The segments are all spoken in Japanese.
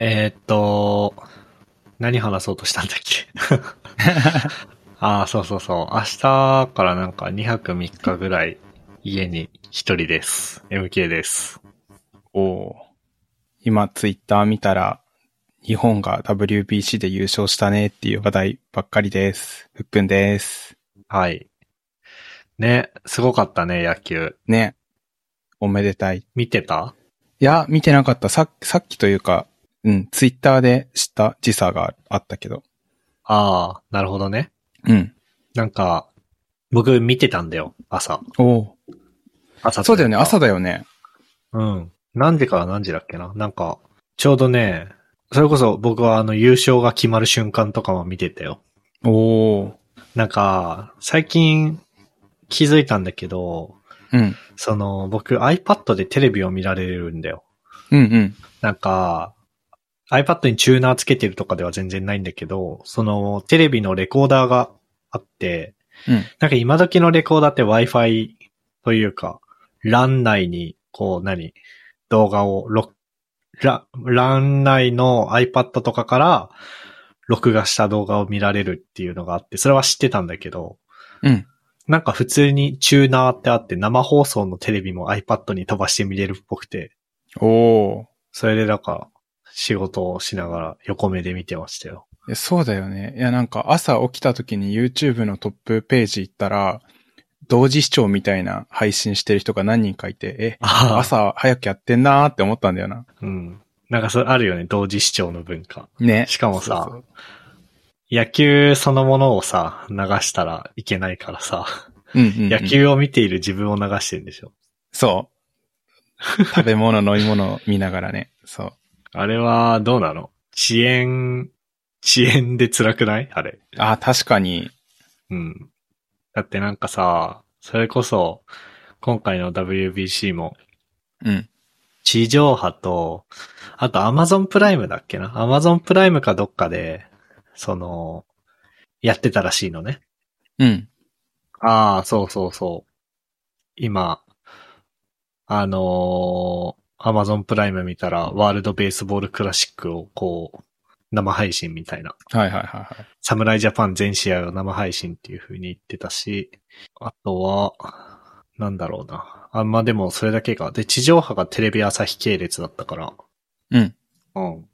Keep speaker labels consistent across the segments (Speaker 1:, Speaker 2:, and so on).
Speaker 1: えーっと、何話そうとしたんだっ けああ、そうそうそう。明日からなんか2泊3日ぐらい家に一人です。MK です。
Speaker 2: おおー。今、ツイッター見たら、日本が WBC で優勝したねっていう話題ばっかりです。ふっくんです。
Speaker 1: はい。ね、すごかったね、野球。
Speaker 2: ね。おめでたい。い
Speaker 1: 見てた
Speaker 2: や、見てなかった。さっさっきというか、うん、ツイッターで知った時差があったけど。
Speaker 1: ああ、なるほどね。
Speaker 2: うん。
Speaker 1: なんか、僕見てたんだよ、朝。
Speaker 2: おお。
Speaker 1: 朝
Speaker 2: そうだよね。
Speaker 1: といか
Speaker 2: 朝だよね。
Speaker 1: うん。何時から何時だっけななんか、ちょうどね、それこそ僕はあの優勝が決まる瞬間とかも見てたよ。
Speaker 2: おお。
Speaker 1: なんか、最近気づいたんだけど、
Speaker 2: うん。
Speaker 1: その、僕 iPad でテレビを見られるんだよ。
Speaker 2: うんうん。
Speaker 1: なんか、iPad にチューナーつけてるとかでは全然ないんだけど、その、テレビのレコーダーがあって、
Speaker 2: うん。
Speaker 1: なんか今時のレコーダーって Wi-Fi というか、LAN 内に、こう何、動画をロ、ラ、LAN 内の iPad とかから、録画した動画を見られるっていうのがあって、それは知ってたんだけど、
Speaker 2: うん。
Speaker 1: なんか普通にチューナーってあって、生放送のテレビも iPad に飛ばして見れるっぽくて、
Speaker 2: おお。
Speaker 1: それでなんか、仕事をしながら横目で見てましたよ。
Speaker 2: いやそうだよね。いや、なんか朝起きた時に YouTube のトップページ行ったら、同時視聴みたいな配信してる人が何人かいて、え、
Speaker 1: ああ、
Speaker 2: 朝早くやってんなーって思ったんだよな。
Speaker 1: うん。なんかそれあるよね、同時視聴の文化。
Speaker 2: ね。
Speaker 1: しかもさ
Speaker 2: そう
Speaker 1: 野球そのものをさ、流したらいけないからさ、
Speaker 2: そう、うんうんうん
Speaker 1: 野球を見ている自分を流してるんでしょ。
Speaker 2: そう。食べ物、飲み物見ながらね。そう。
Speaker 1: あれはどうなの遅延、遅延で辛くないあれ。
Speaker 2: あー、確かに。
Speaker 1: うん。だってなんかさ、それこそ、今回の WBC も、
Speaker 2: うん。
Speaker 1: 地上波と、あと Amazon プライムだっけな ?Amazon プライムかどっかで、その、やってたらしいのね。
Speaker 2: うん。
Speaker 1: ああ、そうそうそう。今、あのー、Amazon プライム見たら、ワールドベースボールクラシックをこう、生配信みたいな。
Speaker 2: はいはいはいはい。
Speaker 1: 侍ジャパン全試合を生配信っていう風に言ってたし、あとは、なんだろうな。あんまあでもそれだけか。で、地上波がテレビ朝日系列だったから。
Speaker 2: うん。
Speaker 1: うん。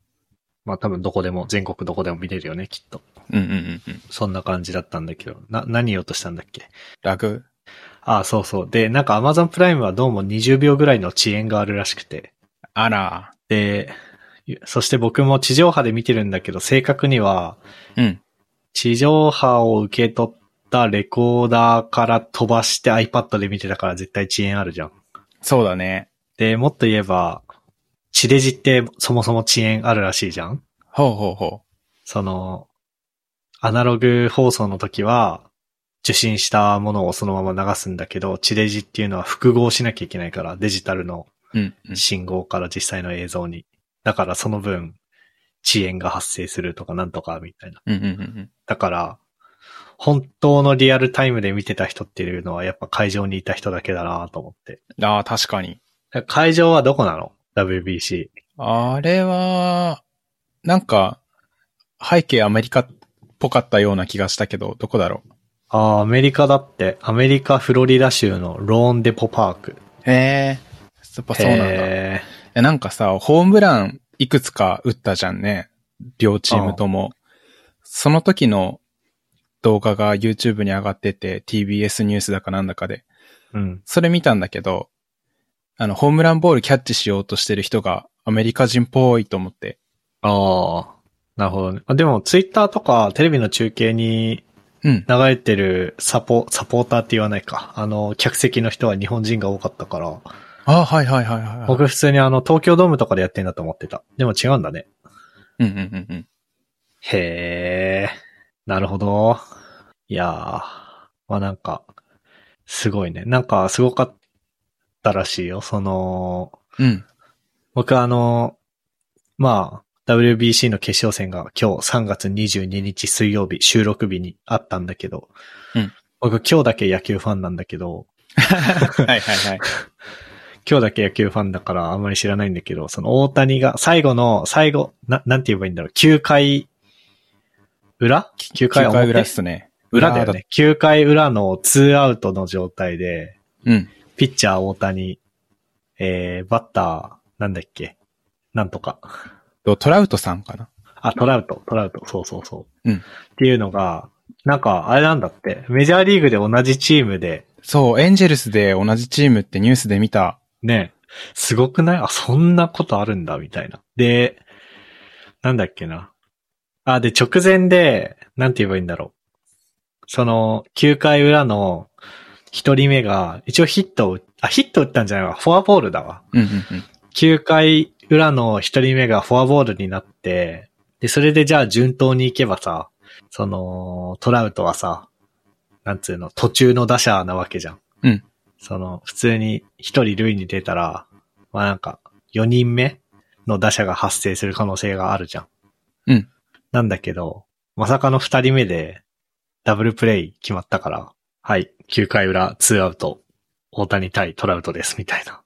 Speaker 1: まあ多分どこでも、全国どこでも見れるよね、きっと。
Speaker 2: うんうんうんうん。
Speaker 1: そんな感じだったんだけど。な、何言おうとしたんだっけ
Speaker 2: ラグ
Speaker 1: ああ、そうそう。で、なんか Amazon プライムはどうも20秒ぐらいの遅延があるらしくて。
Speaker 2: あら。
Speaker 1: で、そして僕も地上波で見てるんだけど、正確には、
Speaker 2: うん。
Speaker 1: 地上波を受け取ったレコーダーから飛ばして iPad で見てたから絶対遅延あるじゃん。
Speaker 2: そうだね。
Speaker 1: で、もっと言えば、地デジってそもそも遅延あるらしいじゃん
Speaker 2: ほうほうほ
Speaker 1: その、アナログ放送の時は、受信したものをそのまま流すんだけど、地デジっていうのは複合しなきゃいけないから、デジタルの
Speaker 2: う。うん、うん。
Speaker 1: 信号から実際の映像に。だからその分、遅延が発生するとかなんとかみたいな。
Speaker 2: うんうんうんうん。
Speaker 1: だから、本当のリアルタイムで見てた人っていうのはやっぱ会場にいた人だけだなと思って。
Speaker 2: ああ、確かに。
Speaker 1: だから会場はどこなの ?WBC。
Speaker 2: あれは、なんか、背景アメリカっぽかったような気がしたけど、どこだろう。
Speaker 1: ああ、アメリカだって、アメリカ・フロリダ州のローンデポパーク。
Speaker 2: へえ。やっぱそうなんだ。い
Speaker 1: へ
Speaker 2: やなんかさ、ホームランいくつか打ったじゃんね。両チームとも。その時の動画が YouTube に上がってて、TBS ニュースだかなんだかで。
Speaker 1: ーうん。
Speaker 2: それ見たんだけど、あの、ホームランボールキャッチしようとしてる人がアメリカ人っぽいと思って。
Speaker 1: ああ、なるほどね。あでも、ツイッターとかテレビの中継に
Speaker 2: うん。
Speaker 1: 流れてるサポ、サポーターって言わないか。あの、客席の人は日本人が多かったから、
Speaker 2: ああ、はいはいはいはいはい。
Speaker 1: 僕普通にあの、東京ドームとかでやってんだと思ってた。でも違うんだね。
Speaker 2: うんうんうんうん。
Speaker 1: へえ、なるほど。いやー、まあなんか、すごいね。なんかすごかったらしいよ。その、
Speaker 2: うん。
Speaker 1: 僕あの、まあ、WBC の決勝戦が今日3月22日水曜日収録日にあったんだけど、
Speaker 2: うん
Speaker 1: 僕今日だけ野球ファンなんだけど、
Speaker 2: はいはいはい。
Speaker 1: 今日だけ野球ファンだからあんまり知らないんだけど、その大谷が最後の、最後、な、なんて言えばいいんだろう、9回裏 ?9 回
Speaker 2: 9
Speaker 1: 表
Speaker 2: 回裏っすね。
Speaker 1: 裏だよね。9回裏の2アウトの状態で、
Speaker 2: 裏だ。うん。
Speaker 1: ピッチャー大谷、えー、バッター、なんだっけなんとか。
Speaker 2: とトラウトさんかな。
Speaker 1: あ、トラウト、トラウト、そうそうそう。
Speaker 2: うん
Speaker 1: っていうのが、なんか、あれなんだって、メジャーリーグで同じチームで、
Speaker 2: そう、エンジェルスで同じチームってニュースで見た。
Speaker 1: ね、すごくないあ、そんなことあるんだ、みたいな。で、なんだっけな。あ、で、直前で、なんて言えばいいんだろう。その、9回裏の1人目が、一応ヒットを打っ、あ、ヒット打ったんじゃないわ。フォアボールだわ。
Speaker 2: うんうんうん。
Speaker 1: 9回裏の1人目がフォアボールになって、で、それでじゃあ順当に行けばさ、その、トラウトはさ、なんつうの、途中の打者なわけじゃん。
Speaker 2: うん。
Speaker 1: その、普通に1人塁に出たら、まあなんか、4人目の打者が発生する可能性があるじゃん。
Speaker 2: うん。
Speaker 1: なんだけど、まさかの2人目で、ダブルプレイ決まったから、はい、9回裏、2アウト、大谷対トラウトです、みたいな。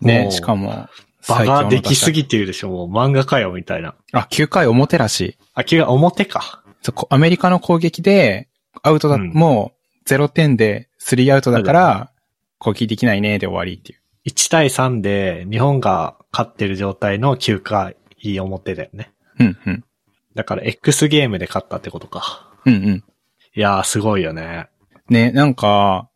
Speaker 1: も
Speaker 2: ね、
Speaker 1: う
Speaker 2: しかも、
Speaker 1: 場ができす
Speaker 2: 最強の打者。
Speaker 1: ぎてるでしょ、もう漫画かよ、みたいな。
Speaker 2: あ、9回表らしい。
Speaker 1: あ、気が表か。
Speaker 2: そうこアメリカの攻撃で、アウトだ、
Speaker 1: うん
Speaker 2: もう0点で3アウトだから、攻撃できないね、で終わりっていう。
Speaker 1: 1対3で日本が勝ってる状態の9回表だよね。
Speaker 2: うんうん。
Speaker 1: だから X ゲームで勝ったってことか。
Speaker 2: うんうん。
Speaker 1: いやー、すごいよね。
Speaker 2: ね、なんか、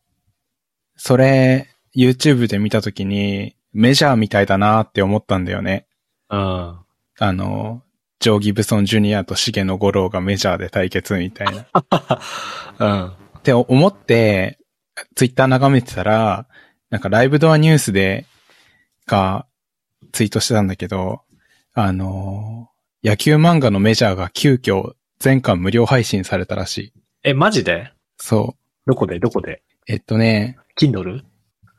Speaker 2: それ、YouTube で見たときに、メジャーみたいだなって思ったんだよね。
Speaker 1: うん。
Speaker 2: あの、ジョー・ギブソン・ジュニアと重野五郎がメジャーで対決みたいな。
Speaker 1: うん。
Speaker 2: って思って、ツイッター眺めてたら、なんかライブドアニュースで、が、ツイートしてたんだけど、あのー野球漫画のメジャーが急遽全巻無料配信されたらしい。
Speaker 1: え、マジで
Speaker 2: そ
Speaker 1: どこでどこで
Speaker 2: う。えっとね、
Speaker 1: ?Kindle?
Speaker 2: い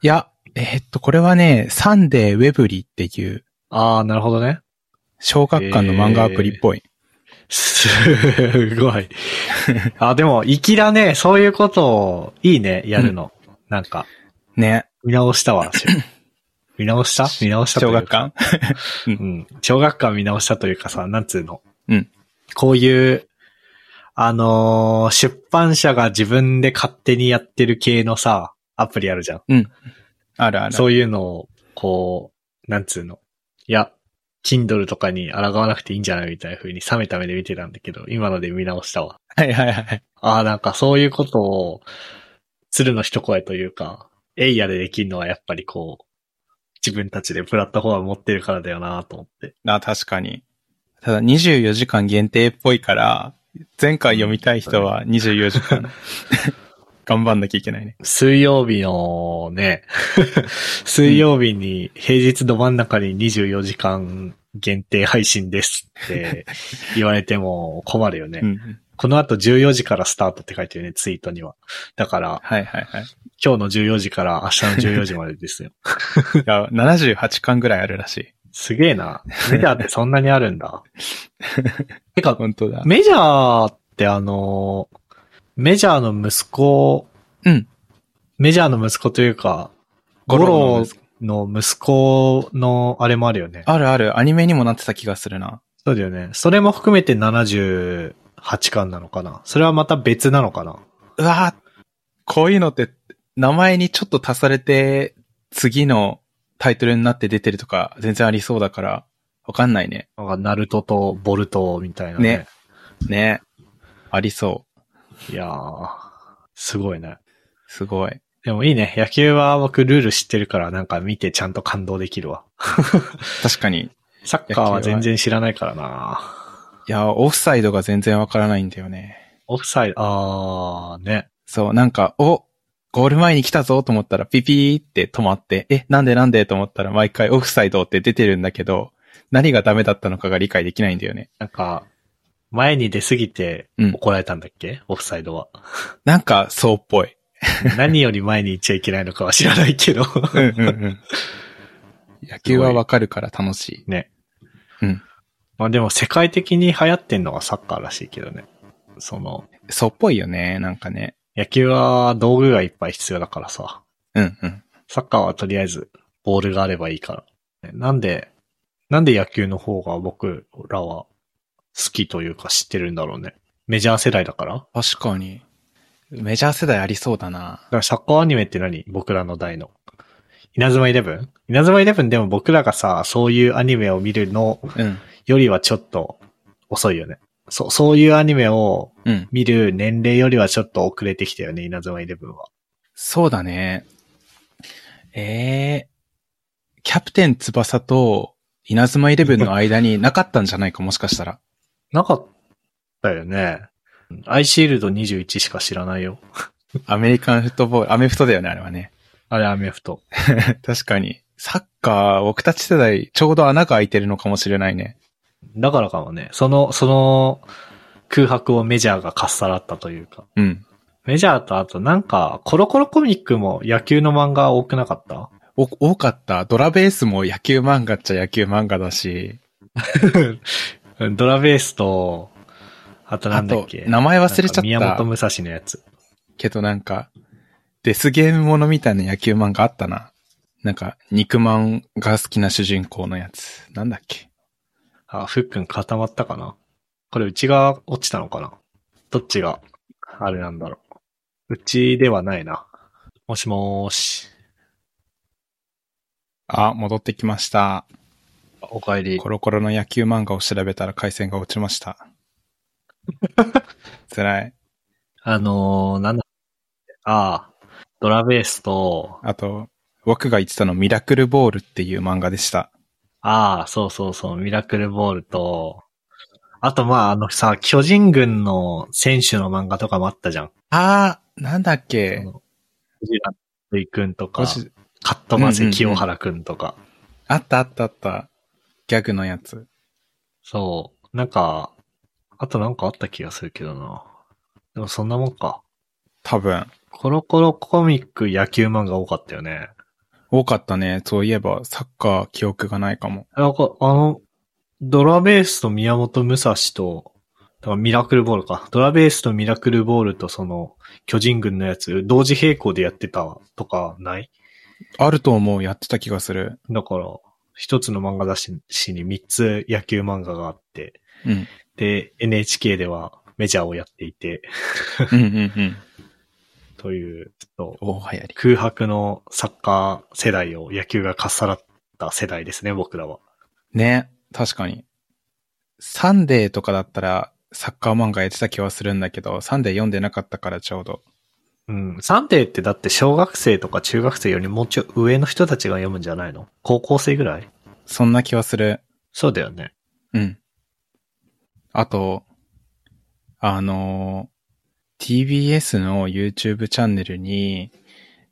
Speaker 2: や、えっと、これはね、サンデーウェブリーっていう
Speaker 1: あー、なるほどね。
Speaker 2: 小学館の漫画アプリっぽい。
Speaker 1: すご い。あ、でも、粋だね。そういうことを、いいね、やるの。なんか、
Speaker 2: ね。
Speaker 1: 見直したわ。私 見直した見直したとい
Speaker 2: 小
Speaker 1: うか
Speaker 2: 学館
Speaker 1: うん。小学館見直したというかさ、なんつうの。
Speaker 2: うん。
Speaker 1: こういう、あのー出版社が自分で勝手にやってる系のさ、アプリあるじゃん。
Speaker 2: あるある。
Speaker 1: そういうのを、こう、なんつうの。いや、Kindle とかに抗わなくていいんじゃないみたいな風に冷めた目で見てたんだけど、今ので見直したわ。
Speaker 2: はいはいはい。
Speaker 1: ああ、なんかそういうことを、鶴の一声というか、エイヤでできるのはやっぱりこう、自分たちでプラットフォーム持ってるからだよなと思って。
Speaker 2: な、確かに。ただ24時間限定っぽいから、前回読みたい人は24時 間、頑張んなきゃいけないね。
Speaker 1: 水曜日の ね、水曜日に平日ど真ん中に24時間限定配信ですって言われても困るよね。
Speaker 2: うん。
Speaker 1: この後14時からスタートって書いてるね、ツイートには。だから、
Speaker 2: はいはいはい。
Speaker 1: 今日の14時から明日の14時までです よ。
Speaker 2: いや、78巻ぐらいあるらしい。
Speaker 1: すげえな。メジャーってそんなにあるん だ。てか、
Speaker 2: 本当だ。
Speaker 1: メジャーってあの、メジャーの息子、
Speaker 2: うん。
Speaker 1: メジャーの息子というか、
Speaker 2: ゴ
Speaker 1: ゴ
Speaker 2: ロの
Speaker 1: ロ
Speaker 2: 息
Speaker 1: の息子のあれもあるよね。
Speaker 2: あるある、アニメにもなってた気がするな。
Speaker 1: そうだよね。それも含めて78巻なのかなそれはまた別なのかな
Speaker 2: うわーこういうのって、名前にちょっと足されて、次のタイトルになって出てるとか、全然ありそうだから、わかんないね。
Speaker 1: なんか、ナルトとボルトみたいな
Speaker 2: ねね。ありそう。
Speaker 1: いやー、すごいね。
Speaker 2: すごい。
Speaker 1: でもいいね。野球は僕ルール知ってるからなんか見てちゃんと感動できるわ。
Speaker 2: 確かに。
Speaker 1: サッカーは全然知らないからない
Speaker 2: や、オフサイドが全然わからないんだよね。
Speaker 1: オフサイド、あーね。
Speaker 2: そう、なんか、お、ゴール前に来たぞと思ったらピピーって止まって、え、なんでなんでと思ったら毎回オフサイドって出てるんだけど、何がダメだったのかが理解できないんだよね。
Speaker 1: なんか、前に出すぎて
Speaker 2: うん
Speaker 1: 怒られたんだっけ、オフサイドは。
Speaker 2: なんか、そうっぽい。
Speaker 1: 何より前に行っちゃいけないのかは知らないけど。
Speaker 2: うんうんうん。 野球はわかるから楽しい。
Speaker 1: ね。
Speaker 2: うん。
Speaker 1: まあでも世界的に流行ってんのがサッカーらしいけどね。その、
Speaker 2: そうっぽいよね、なんかね。
Speaker 1: 野球は道具がいっぱい必要だからさ。
Speaker 2: うんうん。
Speaker 1: サッカーはとりあえずボールがあればいいから。なんで、なんで野球の方が僕らは好きというか知ってるんだろうね。メジャー世代だからだか
Speaker 2: 確かに。メジャー世代ありそうだな。
Speaker 1: らサッカーアニメって何僕らの代の。稲妻イレブン稲妻イレブンでも僕らがさ、そういうアニメを見るの
Speaker 2: うん。
Speaker 1: よりはちょっと遅いよね。そ、そういうアニメを
Speaker 2: うん。
Speaker 1: 見る年齢よりはちょっと遅れてきたよね、稲妻イレブンは。
Speaker 2: そうだね。えー、キャプテン翼と稲妻イレブンの間になかったんじゃないか、もしかし たら。
Speaker 1: なかったよね。アイシールド21しか知らないよ。
Speaker 2: アメリカンフットボール、アメフトだよね、あれはね。
Speaker 1: あれ、アメフト。
Speaker 2: 確かに。サッカー、僕たち世代、ちょうど穴が開いてるのかもしれないね。
Speaker 1: だからかもね。その、その空白をメジャーがかっさらったというか。
Speaker 2: うん。
Speaker 1: メジャーとあとなんか、コロコロコミックも野球の漫画多くなかった
Speaker 2: お多かった。ドラベースも野球漫画っちゃ野球漫画だし。
Speaker 1: ドラベースと、あとな
Speaker 2: あ
Speaker 1: んだっ
Speaker 2: と
Speaker 1: け、
Speaker 2: 名前忘れちゃ
Speaker 1: なんか宮
Speaker 2: っ
Speaker 1: 本
Speaker 2: た
Speaker 1: 武蔵のやつ。
Speaker 2: けどなんか、デスゲームものみたいな野球漫画あったな。なんか、肉まんが好きな主人公のやつ。なんだっけ。
Speaker 1: あ、ふっくん固まったかなこれうちが落ちたのかなどっちが、あれなんだろう。うちではないな。もしもーし。
Speaker 2: あ、戻ってきました。
Speaker 1: お帰り
Speaker 2: コ。ロコロの野球漫画を調べたら回線が落ちました。 辛い。
Speaker 1: あのー、なんだ。ああ、ドラベースと、
Speaker 2: あと、僕が言ってたのミラクルボールっていう漫画でした。
Speaker 1: ああ、そうそうそう、ミラクルボールと、あとまああのさ、巨人軍の選手の漫画とかもあったじゃん。
Speaker 2: あー、なんだっ
Speaker 1: あ
Speaker 2: け。
Speaker 1: の藤井君くんとか
Speaker 2: も、し
Speaker 1: カットマセ清原くんとか。
Speaker 2: あったあったあった。ギャグのやつ。
Speaker 1: そう。なんか、あとなんかあった気がするけどな。でもそんなもんか。
Speaker 2: 多分。
Speaker 1: コロコロコミック野球漫画多かったよね。
Speaker 2: 多かったね。そういえば、サッカー記憶がないかも。
Speaker 1: なんか、あの、ドラベースと宮本武蔵と、だからミラクルボールか。ドラベースとミラクルボールとその、巨人軍のやつ、同時並行でやってたとかない
Speaker 2: あると思う。やってた気がする。
Speaker 1: だから、一つの漫画雑誌に三つ野球漫画があって、
Speaker 2: うん。
Speaker 1: で、NHK ではメジャーをやっていて、
Speaker 2: うんうんうん。
Speaker 1: という、ちょっと
Speaker 2: 大流行り。
Speaker 1: 空白のサッカー世代を野球がかっさらった世代ですね、僕らは。
Speaker 2: ね。確かに。サンデーとかだったら、サッカー漫画やってた気はするんだけど、サンデー読んでなかったからちょうど。
Speaker 1: うん。サンデーってだって小学生とか中学生よりもうちょい上の人たちが読むんじゃないの高校生ぐらい
Speaker 2: そんな気はする。
Speaker 1: そうだよね。
Speaker 2: うん。あと、あの、TBS の YouTube チャンネルに、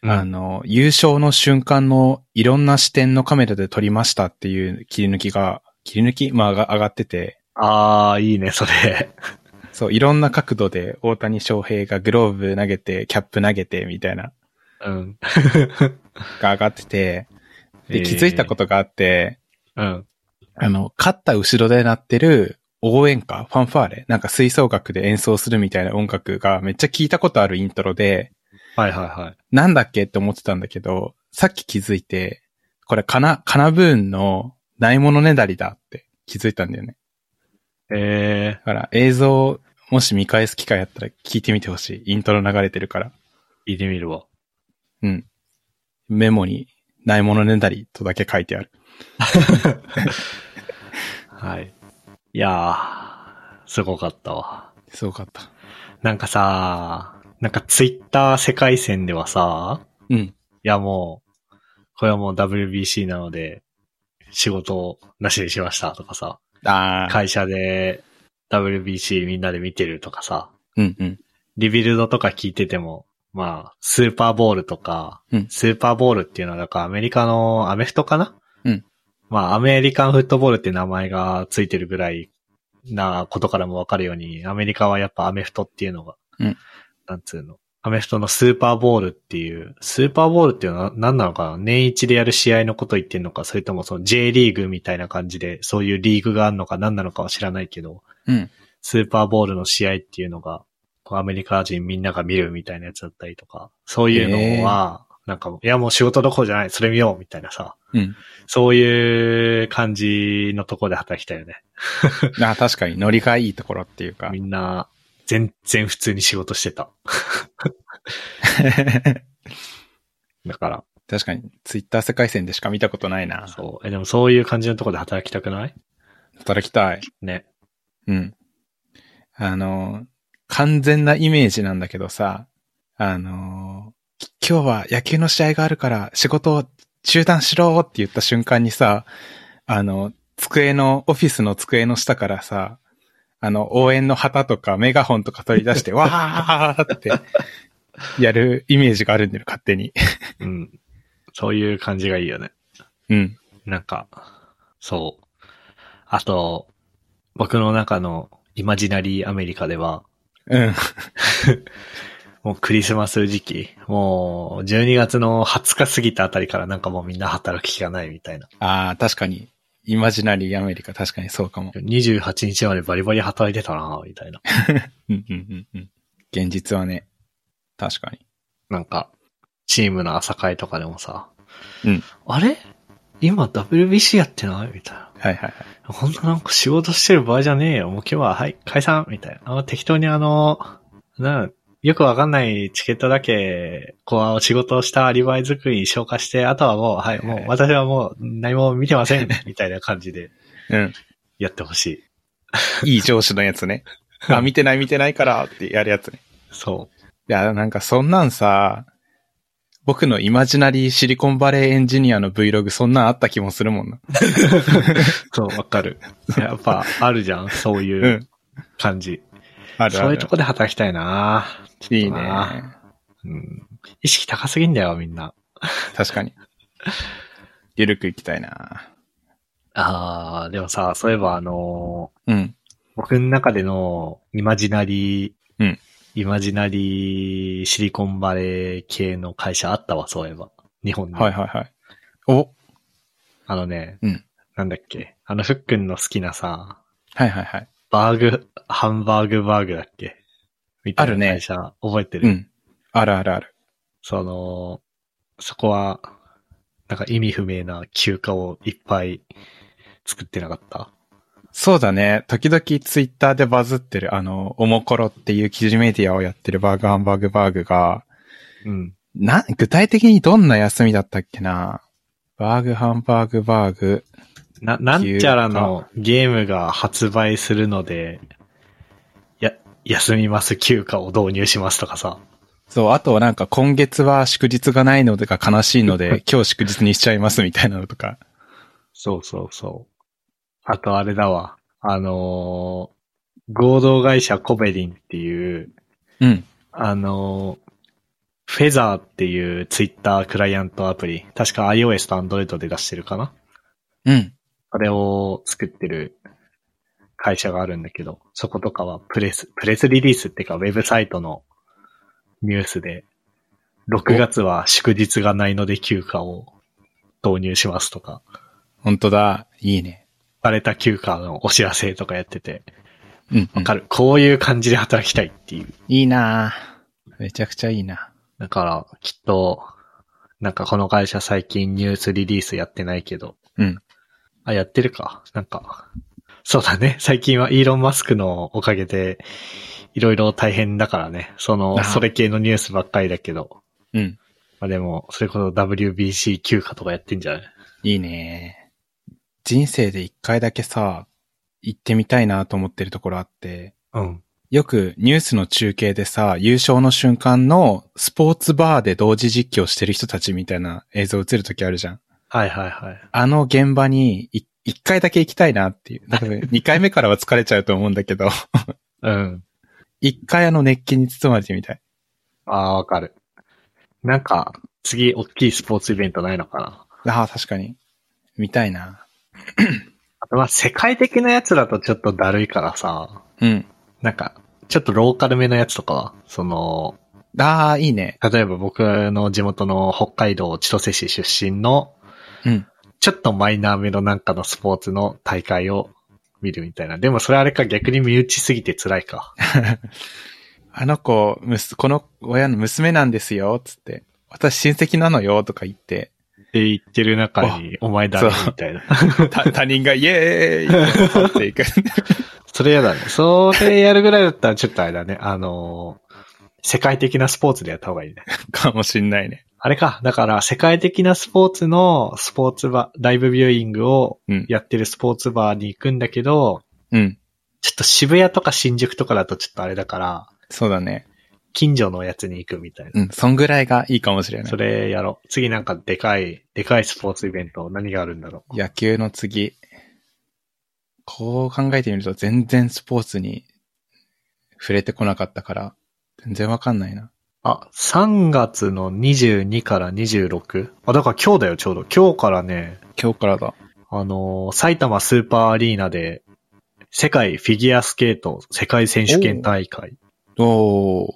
Speaker 2: あの、優勝の瞬間のいろんな視点のカメラで撮りましたっていう切り抜きが、切り抜きまあ、が上がってて、
Speaker 1: あー、いいね、それ。
Speaker 2: そう、いろんな角度で大谷翔平がグローブ投げて、キャップ投げて、みたいな、
Speaker 1: うん。。
Speaker 2: が上がってて、で、気づいたこととがあって、
Speaker 1: うん。
Speaker 2: あの、勝った後ろで鳴ってる応援歌、ファンファーレ、なんか吹奏楽で演奏するみたいな音楽がめっちゃ聞いたことあるイントロで、
Speaker 1: はいはいはい。
Speaker 2: なんだっけって思ってたんだけど、さっき気づいて、これかな、かなブーンのないものねだりだって気づいたんだよね。
Speaker 1: え
Speaker 2: だから映像、もし見返す機会あったら聞いてみてほしい。イントロ流れてるから。
Speaker 1: ー、聞いてみるわ。
Speaker 2: うん。メモに、ないものねだりとだけ書いてある。
Speaker 1: はい。いやー、すごかったわ。
Speaker 2: すごかった。
Speaker 1: なんかさ、なんかツイッター世界線ではさ、
Speaker 2: うん。
Speaker 1: いやもう、これはもう WBC なので、仕事なしにしましたとかさ。
Speaker 2: あー。
Speaker 1: 会社で WBC みんなで見てるとかさ、
Speaker 2: うんうん。
Speaker 1: リビルドとか聞いてても、まあ、スーパーボールとか、
Speaker 2: うん
Speaker 1: スーパーボールっていうのは、だからアメリカのアメフトかな
Speaker 2: うん
Speaker 1: まあ、アメリカンフットボールって名前がついてるぐらいなことからもわかるように、アメリカはやっぱアメフトっていうのが、
Speaker 2: うん
Speaker 1: なんつうの。アメフトのスーパーボールっていう、スーパーボールっていうのは何なのかな年一でやる試合のこと言ってんのか、それともその J リーグみたいな感じで、そういうリーグがあるのか何なのかは知らないけど、
Speaker 2: うん。
Speaker 1: スーパーボールの試合っていうのが、こうアメリカ人みんなが見るみたいなやつだったりとか、そういうのは、なんかもう、いやもう仕事どころじゃない、それ見ようみたいなさ、
Speaker 2: うん。
Speaker 1: そういう感じのとこで働きたいよね。
Speaker 2: あ、確かに乗り換えいいところっていう か
Speaker 1: み。んな、全然普通に仕事してた。だから、
Speaker 2: 確かに、ツイッター世界線でしか見たことないな。
Speaker 1: そう。え、でもそういう感じのとこで働きたくない
Speaker 2: 働きたい。
Speaker 1: ね。
Speaker 2: うん。あの、完全なイメージなんだけどさ、あの、き今日は野球の試合があるから仕事を中断しろって言った瞬間にさ、あの、机の、オフィスの机の下からさ、あの、応援の旗とかメガホンとか取り出して、わーってやるイメージがあるんだよ、勝手に。
Speaker 1: うん。そういう感じがいいよね。
Speaker 2: うん。
Speaker 1: なんか、そう。あと、僕の中のイマジナリーアメリカでは、
Speaker 2: うん。
Speaker 1: もうクリスマス時期、もう12月の20日過ぎたあたりからなんかもうみんな働く気がないみたいな。
Speaker 2: ああ、確かに。イマジナリーアメリカ、確かにそうかも。
Speaker 1: 28日までバリバリ働いてたなみたいな。
Speaker 2: うんうんうんうん。現実はね、確かに。
Speaker 1: なんか、チームの朝会とかでもさ、
Speaker 2: うん。
Speaker 1: あれ今 WBC やってないみたいな。
Speaker 2: はいはいはい。
Speaker 1: ほんとなんか仕事してる場合じゃねえよ。もう今日は、はい、解散みたいな。あの適当にあの、なん、よくわかんないチケットだけ、こう、仕事したアリバイ作りに消化して、あとはもう、はい、もう私はもう何も見てません、みたいな感じで
Speaker 2: うん。
Speaker 1: やってほしい。
Speaker 2: いい上司のやつ ね。あ、見てない見てないからってやるやつね。
Speaker 1: そ
Speaker 2: いや、なんかそんなんさ、僕のイマジナリーシリコンバレーエンジニアの Vlog そんなんあった気もするもんな。
Speaker 1: う。そう、わかる。やっぱ、あるじゃん、そう
Speaker 2: う。
Speaker 1: いうん感じ。
Speaker 2: あるある。
Speaker 1: そういうとこで働きたいなちょっ
Speaker 2: いい
Speaker 1: と
Speaker 2: ね。
Speaker 1: なうん。意識高すぎんだよ、みんな。
Speaker 2: 確かに。ゆるくいきたいな。
Speaker 1: あー、でもさ、そういえばあのー
Speaker 2: うん。
Speaker 1: 僕の中でのイマジナリー、
Speaker 2: うん
Speaker 1: イマジナリーシリコンバレー系の会社あったわ、そういえば。日本の。
Speaker 2: はいはいはい。お
Speaker 1: あのね、
Speaker 2: うん
Speaker 1: なんだっけ。あの、ふっくんの好きなさ、
Speaker 2: はいはいはい。
Speaker 1: バーグ、ハンバーグバーグだっけみたい
Speaker 2: あ
Speaker 1: な
Speaker 2: るね
Speaker 1: 会社、覚えてる、
Speaker 2: うん。あるあるある。
Speaker 1: その、そこは、なんか意味不明な休暇をいっぱい作ってなかった。
Speaker 2: そうだね。時々ツイッターでバズってる、あの、おもころっていう記事メディアをやってるバーグハンバーグバーグが、
Speaker 1: うん。
Speaker 2: な、具体的にどんな休みだったっけなバーグハンバーグバーグ。
Speaker 1: な、なんちゃらのゲームが発売するので、や、休みます休暇を導入しますとかさ。
Speaker 2: そう、あとはなんか今月は祝日がないのでが悲しいの で、今日祝日にしちゃいますみたいなのとか。
Speaker 1: そうそうそう。あとあれだわ。あのー合同会社コベリンっていう、
Speaker 2: うん。
Speaker 1: あのーフェザーっていうツイッタークライアントアプリ、確か iOS と Android で出してるかな
Speaker 2: うん。
Speaker 1: あれを作ってる会社があるんだけど、そことかはプレス、プレスリリースっていうか、ウェブサイトのニュースで、6月は祝日がないので休暇を導入しますとか、
Speaker 2: 本当だ。いいね。
Speaker 1: された休暇のお知らせとかやってて、
Speaker 2: うん、う
Speaker 1: わ
Speaker 2: ん。
Speaker 1: かる。こういう感じで働きたいっていう。
Speaker 2: いいなぁめちゃくちゃいいな
Speaker 1: だから、きっと、なんかこの会社最近ニュースリリースやってないけど、
Speaker 2: うん。
Speaker 1: あ、やってるか。なんか。そうだね。最近はイーロン・マスクのおかげで、いろいろ大変だからね。そ
Speaker 2: あ
Speaker 1: の、
Speaker 2: あ
Speaker 1: それ系のニュースばっかりだけど。
Speaker 2: うん。
Speaker 1: まあでも、それこそ WBC 休暇とかやってんじゃない
Speaker 2: いいね。人生で一回だけさ、行ってみたいなと思ってるところあって、
Speaker 1: うん。
Speaker 2: よくニュースの中継でさ、優勝の瞬間のスポーツバーで同時実況してる人たちみたいな映像映るときあるじゃん。
Speaker 1: はいはいはい。
Speaker 2: あの現場にい一回だけ行きたいなっていう。多分二回目からは疲れちゃうと思うんだけど、
Speaker 1: うん。
Speaker 2: 一回あの熱気に包まれてみたい。
Speaker 1: ああ、わかる。なんか、次、大きいスポーツイベントないのかな
Speaker 2: ああ、確かに。見たいな。
Speaker 1: あとまあ、世界的なやつだとちょっとだるいからさ、
Speaker 2: うん。
Speaker 1: なんか、ちょっとローカルめのやつとかは、その、
Speaker 2: ああ、いいね。
Speaker 1: 例えば僕の地元の北海道千歳市出身の、
Speaker 2: うん。
Speaker 1: ちょっとマイナーめのなんかのスポーツの大会を見るみたいな。でもそれあれか逆に身内すぎて辛いか。
Speaker 2: あの子、むす、この親の娘なんですよ、つって。私親戚なのよとか言って、
Speaker 1: て言ってる中に、お前だね、みたいな。
Speaker 2: た 他人がイエーイってなっていく。
Speaker 1: それやだね。それやるぐらいだったらちょっとあれだね。あのー世界的なスポーツでやった方がいいね。
Speaker 2: かもしんないね。
Speaker 1: あれか。だから、世界的なスポーツのスポーツバー、ライブビューイングを
Speaker 2: うん。
Speaker 1: やってるスポーツバーに行くんだけど、
Speaker 2: うん。
Speaker 1: ちょっと渋谷とか新宿とかだとちょっとあれだから、
Speaker 2: そうだね。
Speaker 1: 近所のやつに行くみたいな。
Speaker 2: うん。そんぐらいがいいかもしれない
Speaker 1: そ。れやろう。次なんかでかい、でかいスポーツイベント何があるんだろう。
Speaker 2: 野球の次。こう考えてみると全然スポーツに触れてこなかったから、全然わかんないな。
Speaker 1: あ、3月の22から 26? あ、だから今日だよ、ちょうど。今日からね、
Speaker 2: 今日からだ。
Speaker 1: あのー埼玉スーパーアリーナで、世界フィギュアスケート世界選手権大会。
Speaker 2: おー。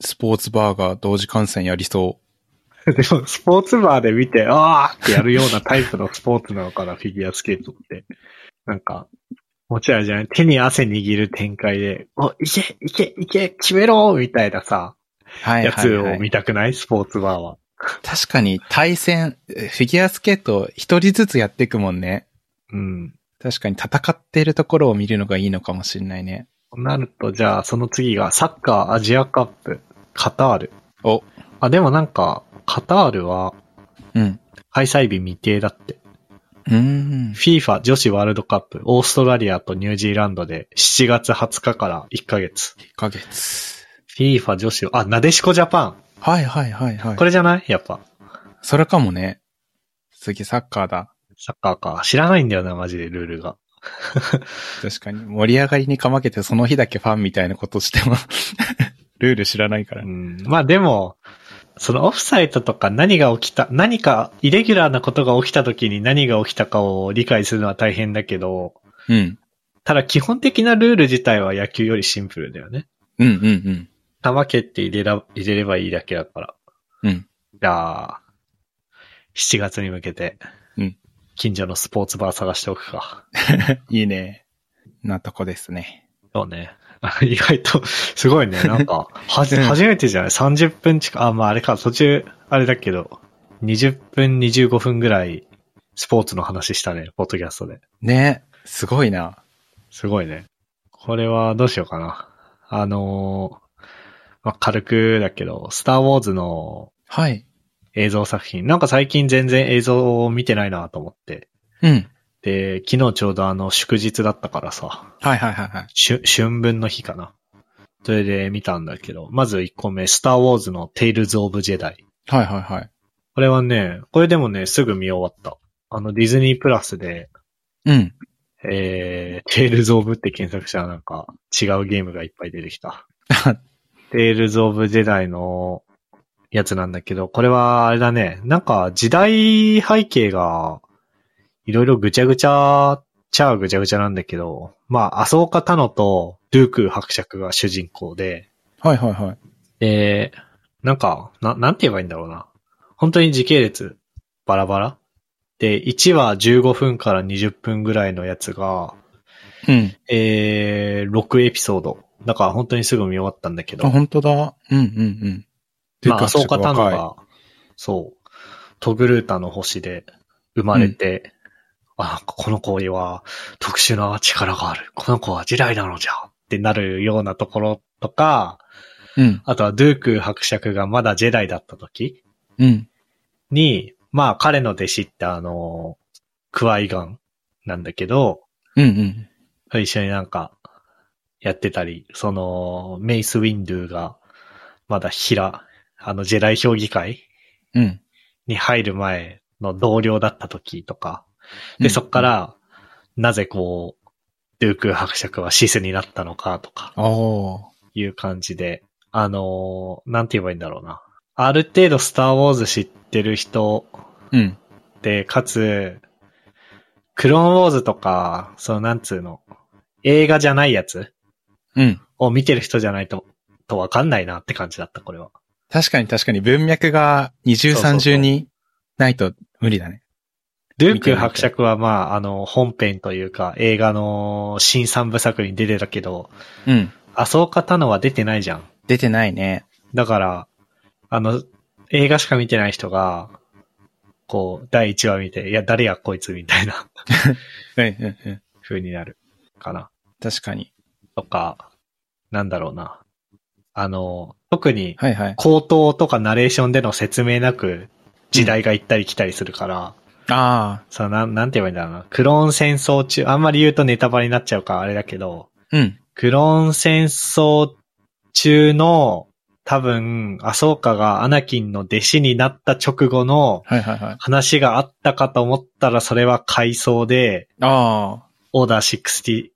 Speaker 2: スポーツバーが同時観戦やりそ
Speaker 1: でも、スポーツバーで見て、あーってやるようなタイプのスポーツなのかな、フィギュアスケートって。なんか、もちろんじゃない。手に汗握る展開で、お、いけ、いけ、いけ、決めろみたいなさ、
Speaker 2: う。はい
Speaker 1: や
Speaker 2: はい、
Speaker 1: つ
Speaker 2: は
Speaker 1: を
Speaker 2: い。
Speaker 1: 見たくないスポーツバーは。
Speaker 2: 確かに対戦、えフィギュアスケート一人ずつやっていくもんね。
Speaker 1: うん。
Speaker 2: 確かに戦ってるところを見るのがいいのかもしれないね。
Speaker 1: となると、じゃあ、その次がサッカーアジアカップ、カタール。
Speaker 2: お、
Speaker 1: あ、でもなんか、カタールは
Speaker 2: うん。
Speaker 1: 開催日未定だって。
Speaker 2: うーん。
Speaker 1: FIFA 女子ワールドカップ、オーストラリアとニュージーランドで7月20日から1ヶ月。
Speaker 2: 1ヶ月。
Speaker 1: FIFA 女子、あ、なでしこジャパ
Speaker 2: はいはいはいはい。
Speaker 1: ン。これじゃないやっぱ。
Speaker 2: それかもね。次サッカーだ。
Speaker 1: サッカーか。知らないんだよな、マジでルールが。
Speaker 2: 確かに。盛り上がりにかまけてその日だけファンみたいなことしても、 ルール知らないから
Speaker 1: う
Speaker 2: ね。
Speaker 1: ん。まあでも、そのオフサイトとか何が起きた、何かイレギュラーなことが起きた時に何が起きたかを理解するのは大変だけど、
Speaker 2: うん。
Speaker 1: ただ基本的なルール自体は野球よりシンプルだよね。
Speaker 2: うんうんうん。
Speaker 1: 玉蹴って入れら、入れればいいだけだから。
Speaker 2: うん。
Speaker 1: じゃあ、7月に向けて、
Speaker 2: うん
Speaker 1: 近所のスポーツバー探しておくか。
Speaker 2: いいね。なとこですね。
Speaker 1: そうね。 あ意外と、すごい ね。なんか、はじ、
Speaker 2: うん
Speaker 1: 初めてじゃない ?30 分近く、あ、まああれか、途中、あれだけど、20分、25分ぐらい、スポーツの話したね、ポッドキャストで。
Speaker 2: ね。すごいな。
Speaker 1: すごいね。これはどうしようかな。あのーまあ、軽くだけど、スターウォーズの
Speaker 2: はい。
Speaker 1: 映像作品、なんか最近全然映像を見てないなと思って。
Speaker 2: うん。
Speaker 1: で、昨日ちょうどあの祝日だったからさ、
Speaker 2: はいはいはいはい。
Speaker 1: 春、春分の日かな。それで見たんだけど、まず1個目、スターウォーズのテイルズ・オブ・ジェダイ。
Speaker 2: はいはいはい。
Speaker 1: これはね、これでもね、すぐ見終わった。あの、ディズニープラスで、
Speaker 2: うん。
Speaker 1: えー、テイルズ・オブって検索したらなんか、違うゲームがいっぱい出てきた。テイルズ・オブ・ジェダイのやつなんだけど、これはあれだね、なんか時代背景が、いろいろぐちゃぐちゃ、ちゃぐちゃぐちゃなんだけど、まあ、アソーカ・タノとドゥーク伯爵が主人公で、
Speaker 2: はいはいはい。
Speaker 1: で、なんか、な、なんて言えばいいんだろうな。本当に時系列、バラバラで、1話15分から20分ぐらいのやつが、
Speaker 2: うん。
Speaker 1: えー、6エピソード。だから本当にすぐ見終わったんだけど
Speaker 2: あ、。本当だ。うんうんうん。
Speaker 1: まあ、そうかたの
Speaker 2: 若い
Speaker 1: が、そう、トグルータの星で生まれて、あ、この子には特殊な力がある。この子は時代なのじゃ。ってなるようなところとか、
Speaker 2: うん。
Speaker 1: あとはドゥーク伯爵がまだジェダイだった時
Speaker 2: うん。
Speaker 1: に、まあ彼の弟子ってあの、クワイガンなんだけど、
Speaker 2: うんうん。
Speaker 1: 一緒になんかやってたり、その、メイス・ウィンドゥが、まだヒラ、あの、ジェダイ評議会
Speaker 2: うん。
Speaker 1: に入る前の同僚だった時とか、
Speaker 2: う
Speaker 1: で、
Speaker 2: ん
Speaker 1: そっか。ら、なぜこう、ルーク伯爵はシスになったのかとか、
Speaker 2: ああ。
Speaker 1: いう感じで、あのなんて言えばいいんだろうな。ある程度スター・ウォーズ知ってる人
Speaker 2: うん。
Speaker 1: で、かつ、クローンウォーズとか、そのなんつうの、映画じゃないやつ
Speaker 2: うん。
Speaker 1: を見てる人じゃないと、とわかんないなって感じだった、これは。
Speaker 2: 確かに確かに文脈が二重
Speaker 1: そうそうそう
Speaker 2: 三重にないと無理だね。
Speaker 1: ルー
Speaker 2: 見て
Speaker 1: ク
Speaker 2: ない
Speaker 1: 伯爵はまあ、あの、本編というか、映画の新三部作に出てたけど、
Speaker 2: うん。
Speaker 1: アソーカタノは出てないじゃん。
Speaker 2: 出てないね。
Speaker 1: だから、あの、映画しか見てない人が、こう、第1話見て、いや、誰やこいつみたいな
Speaker 2: うんうんうん
Speaker 1: 風になるかな。
Speaker 2: 確かに。
Speaker 1: とか、なんだろうな。あの、特に、
Speaker 2: はいはい。
Speaker 1: 口頭とかナレーションでの説明なく、時代が行ったり来たりするから、
Speaker 2: あ
Speaker 1: さあ、なん、なんて言えばいいんだろうな。クローン戦争中、あんまり言うとネタバレになっちゃうからあれだけど、
Speaker 2: あ、うん。
Speaker 1: クローン戦争中の、多分、アソーカがアナキンの弟子になった直後の
Speaker 2: はいはいはい。
Speaker 1: 話があったかと思ったらそれは回想で、
Speaker 2: ああ、
Speaker 1: オーダー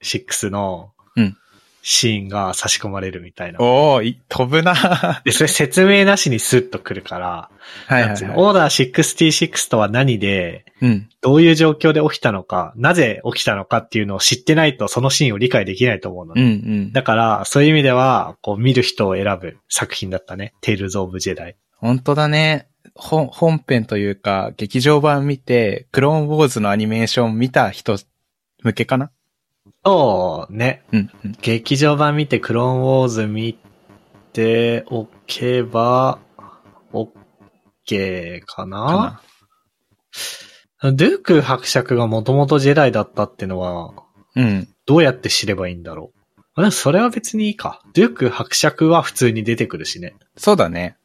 Speaker 1: 66の
Speaker 2: うん
Speaker 1: シーンが差し込まれるみたいな。
Speaker 2: おお飛ぶ なは
Speaker 1: で、それ説明なしにスッと来るから、
Speaker 2: いはい、
Speaker 1: なんつうの
Speaker 2: は
Speaker 1: オーダー66とは何で、
Speaker 2: い。うん。
Speaker 1: どういう状況で起きたのか、なぜ起きたのかっていうのを知ってないとそのシーンを理解できないと思うの
Speaker 2: うんう
Speaker 1: ね。
Speaker 2: ん。
Speaker 1: だから、そういう意味では、こう、見る人を選ぶ作品だったね。テイルズ・オブ・ジェダイ。
Speaker 2: 本当だね。本、本編というか、劇場版見て、クローンウォーズのアニメーション見た人向けかな
Speaker 1: そうね。
Speaker 2: うんうん。
Speaker 1: 劇場版見て、クローンウォーズ見ておけば、OK かな
Speaker 2: か
Speaker 1: ドゥーク伯爵がもともとジェダイだったってのは、
Speaker 2: なうん。
Speaker 1: どうやって知ればいいんだろう。まあでもそれは別にいいか。ドゥーク伯爵は普通に出てくるしね。
Speaker 2: そうだね。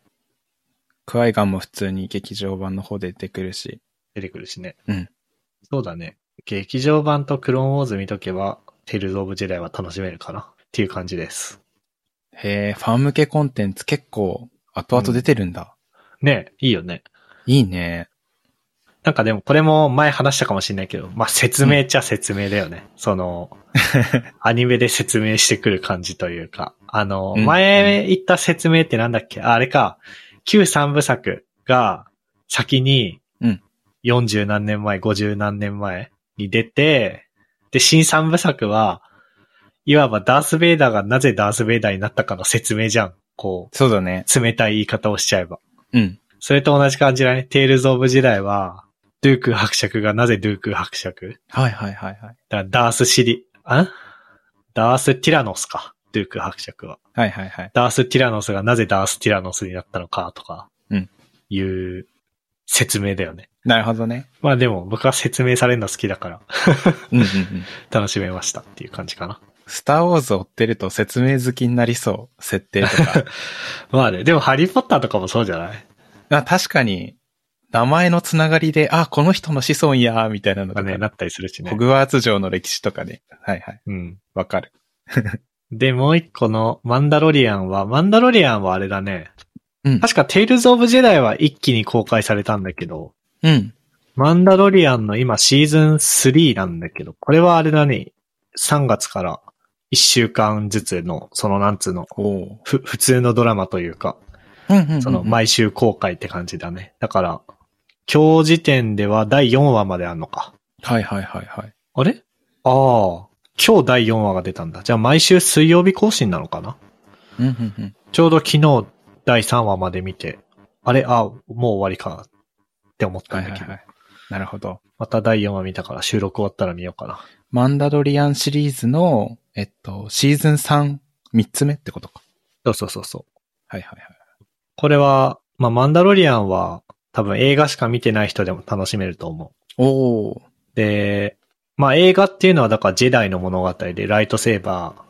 Speaker 2: クワイガンも普通に劇場版の方で出てくるし。
Speaker 1: 出てくるしね。
Speaker 2: うん。
Speaker 1: そうだね。劇場版とクローンウォーズ見とけば、テルズ・オブ・ジェダイは楽しめるかなっていう感じです。
Speaker 2: へえ、ファン向けコンテンツ結構後々出てるんだ。
Speaker 1: ねえ、いいよね。
Speaker 2: いいね。
Speaker 1: なんかでもこれも前話したかもしれないけど、まあ、説明っちゃ説明だよね。その、 アニメで説明してくる感じというか。あの、
Speaker 2: うん
Speaker 1: 前言った説明ってなんだっけああれか。旧三部作が先に
Speaker 2: うん、
Speaker 1: 40何年前、50何年前に出て、で、新三部作は、いわばダース・ベイダーがなぜダース・ベイダーになったかの説明じゃん。こ
Speaker 2: そうだね。
Speaker 1: う、冷たい言い方をしちゃえば。
Speaker 2: うん。
Speaker 1: それと同じ感じだね。テイルズ・オブ・時代は、ドゥーク伯爵がなぜドゥーク伯爵
Speaker 2: はいはいはいはい。
Speaker 1: だからダースシリ、あダース・ティラノスか。ドゥーク伯爵は。
Speaker 2: はいはいはい。
Speaker 1: ダース・ティラノスがなぜダース・ティラノスになったのかとか、
Speaker 2: うん
Speaker 1: いう説明だよね。
Speaker 2: なるほどね。
Speaker 1: まあでも僕は説明されるの好きだから
Speaker 2: うんうんうん。
Speaker 1: 楽しめましたっていう感じかな。
Speaker 2: スターウォーズ追ってると説明好きになりそう。設定とか。
Speaker 1: まあね、でもハリー・ポッターとかもそうじゃない
Speaker 2: あ確かに、名前のつながりで、あ、この人の子孫や、みたいなの
Speaker 1: まあ
Speaker 2: が
Speaker 1: ね、
Speaker 2: ね、
Speaker 1: なったりするしね
Speaker 2: ホ。グワーツ城の歴史とかで、はいはい、
Speaker 1: うん。
Speaker 2: わかる。
Speaker 1: で、もう一個のマンダロリアンは、マンダロリアンはあれだね。
Speaker 2: うん
Speaker 1: 確かテイルズ・オブ・ジェダイは一気に公開されたんだけど、
Speaker 2: うん。
Speaker 1: マンダロリアンの今シーズン3なんだけど、これはあれだね。3月から1週間ずつの、そのなんつうの、
Speaker 2: おお。
Speaker 1: ふ、普通のドラマというか、
Speaker 2: うんうんうんうん
Speaker 1: その毎週公開って感じだね。だから、今日時点では第4話まであんのか。
Speaker 2: はいはいはいはい。
Speaker 1: あれああ、今日第4話が出たんだ。じゃあ毎週水曜日更新なのかな
Speaker 2: うんうんうん。
Speaker 1: ちょうど昨日第3話まで見て、あれあ、もう終わりかって思った
Speaker 2: は
Speaker 1: ん
Speaker 2: い
Speaker 1: だ
Speaker 2: はい
Speaker 1: けど、
Speaker 2: はい。なるほど。
Speaker 1: また第4話見たから収録終わったら見ようかな。
Speaker 2: マンダロリアンシリーズの、えっと、シーズン3、3つ目ってことか。
Speaker 1: そうそうそうそう。
Speaker 2: はいはいはい。
Speaker 1: これは、まあ、マンダロリアンは多分映画しか見てない人でも楽しめると思
Speaker 2: おお。
Speaker 1: う。で、まあ、映画っていうのはだからジェダイの物語でライトセーバー、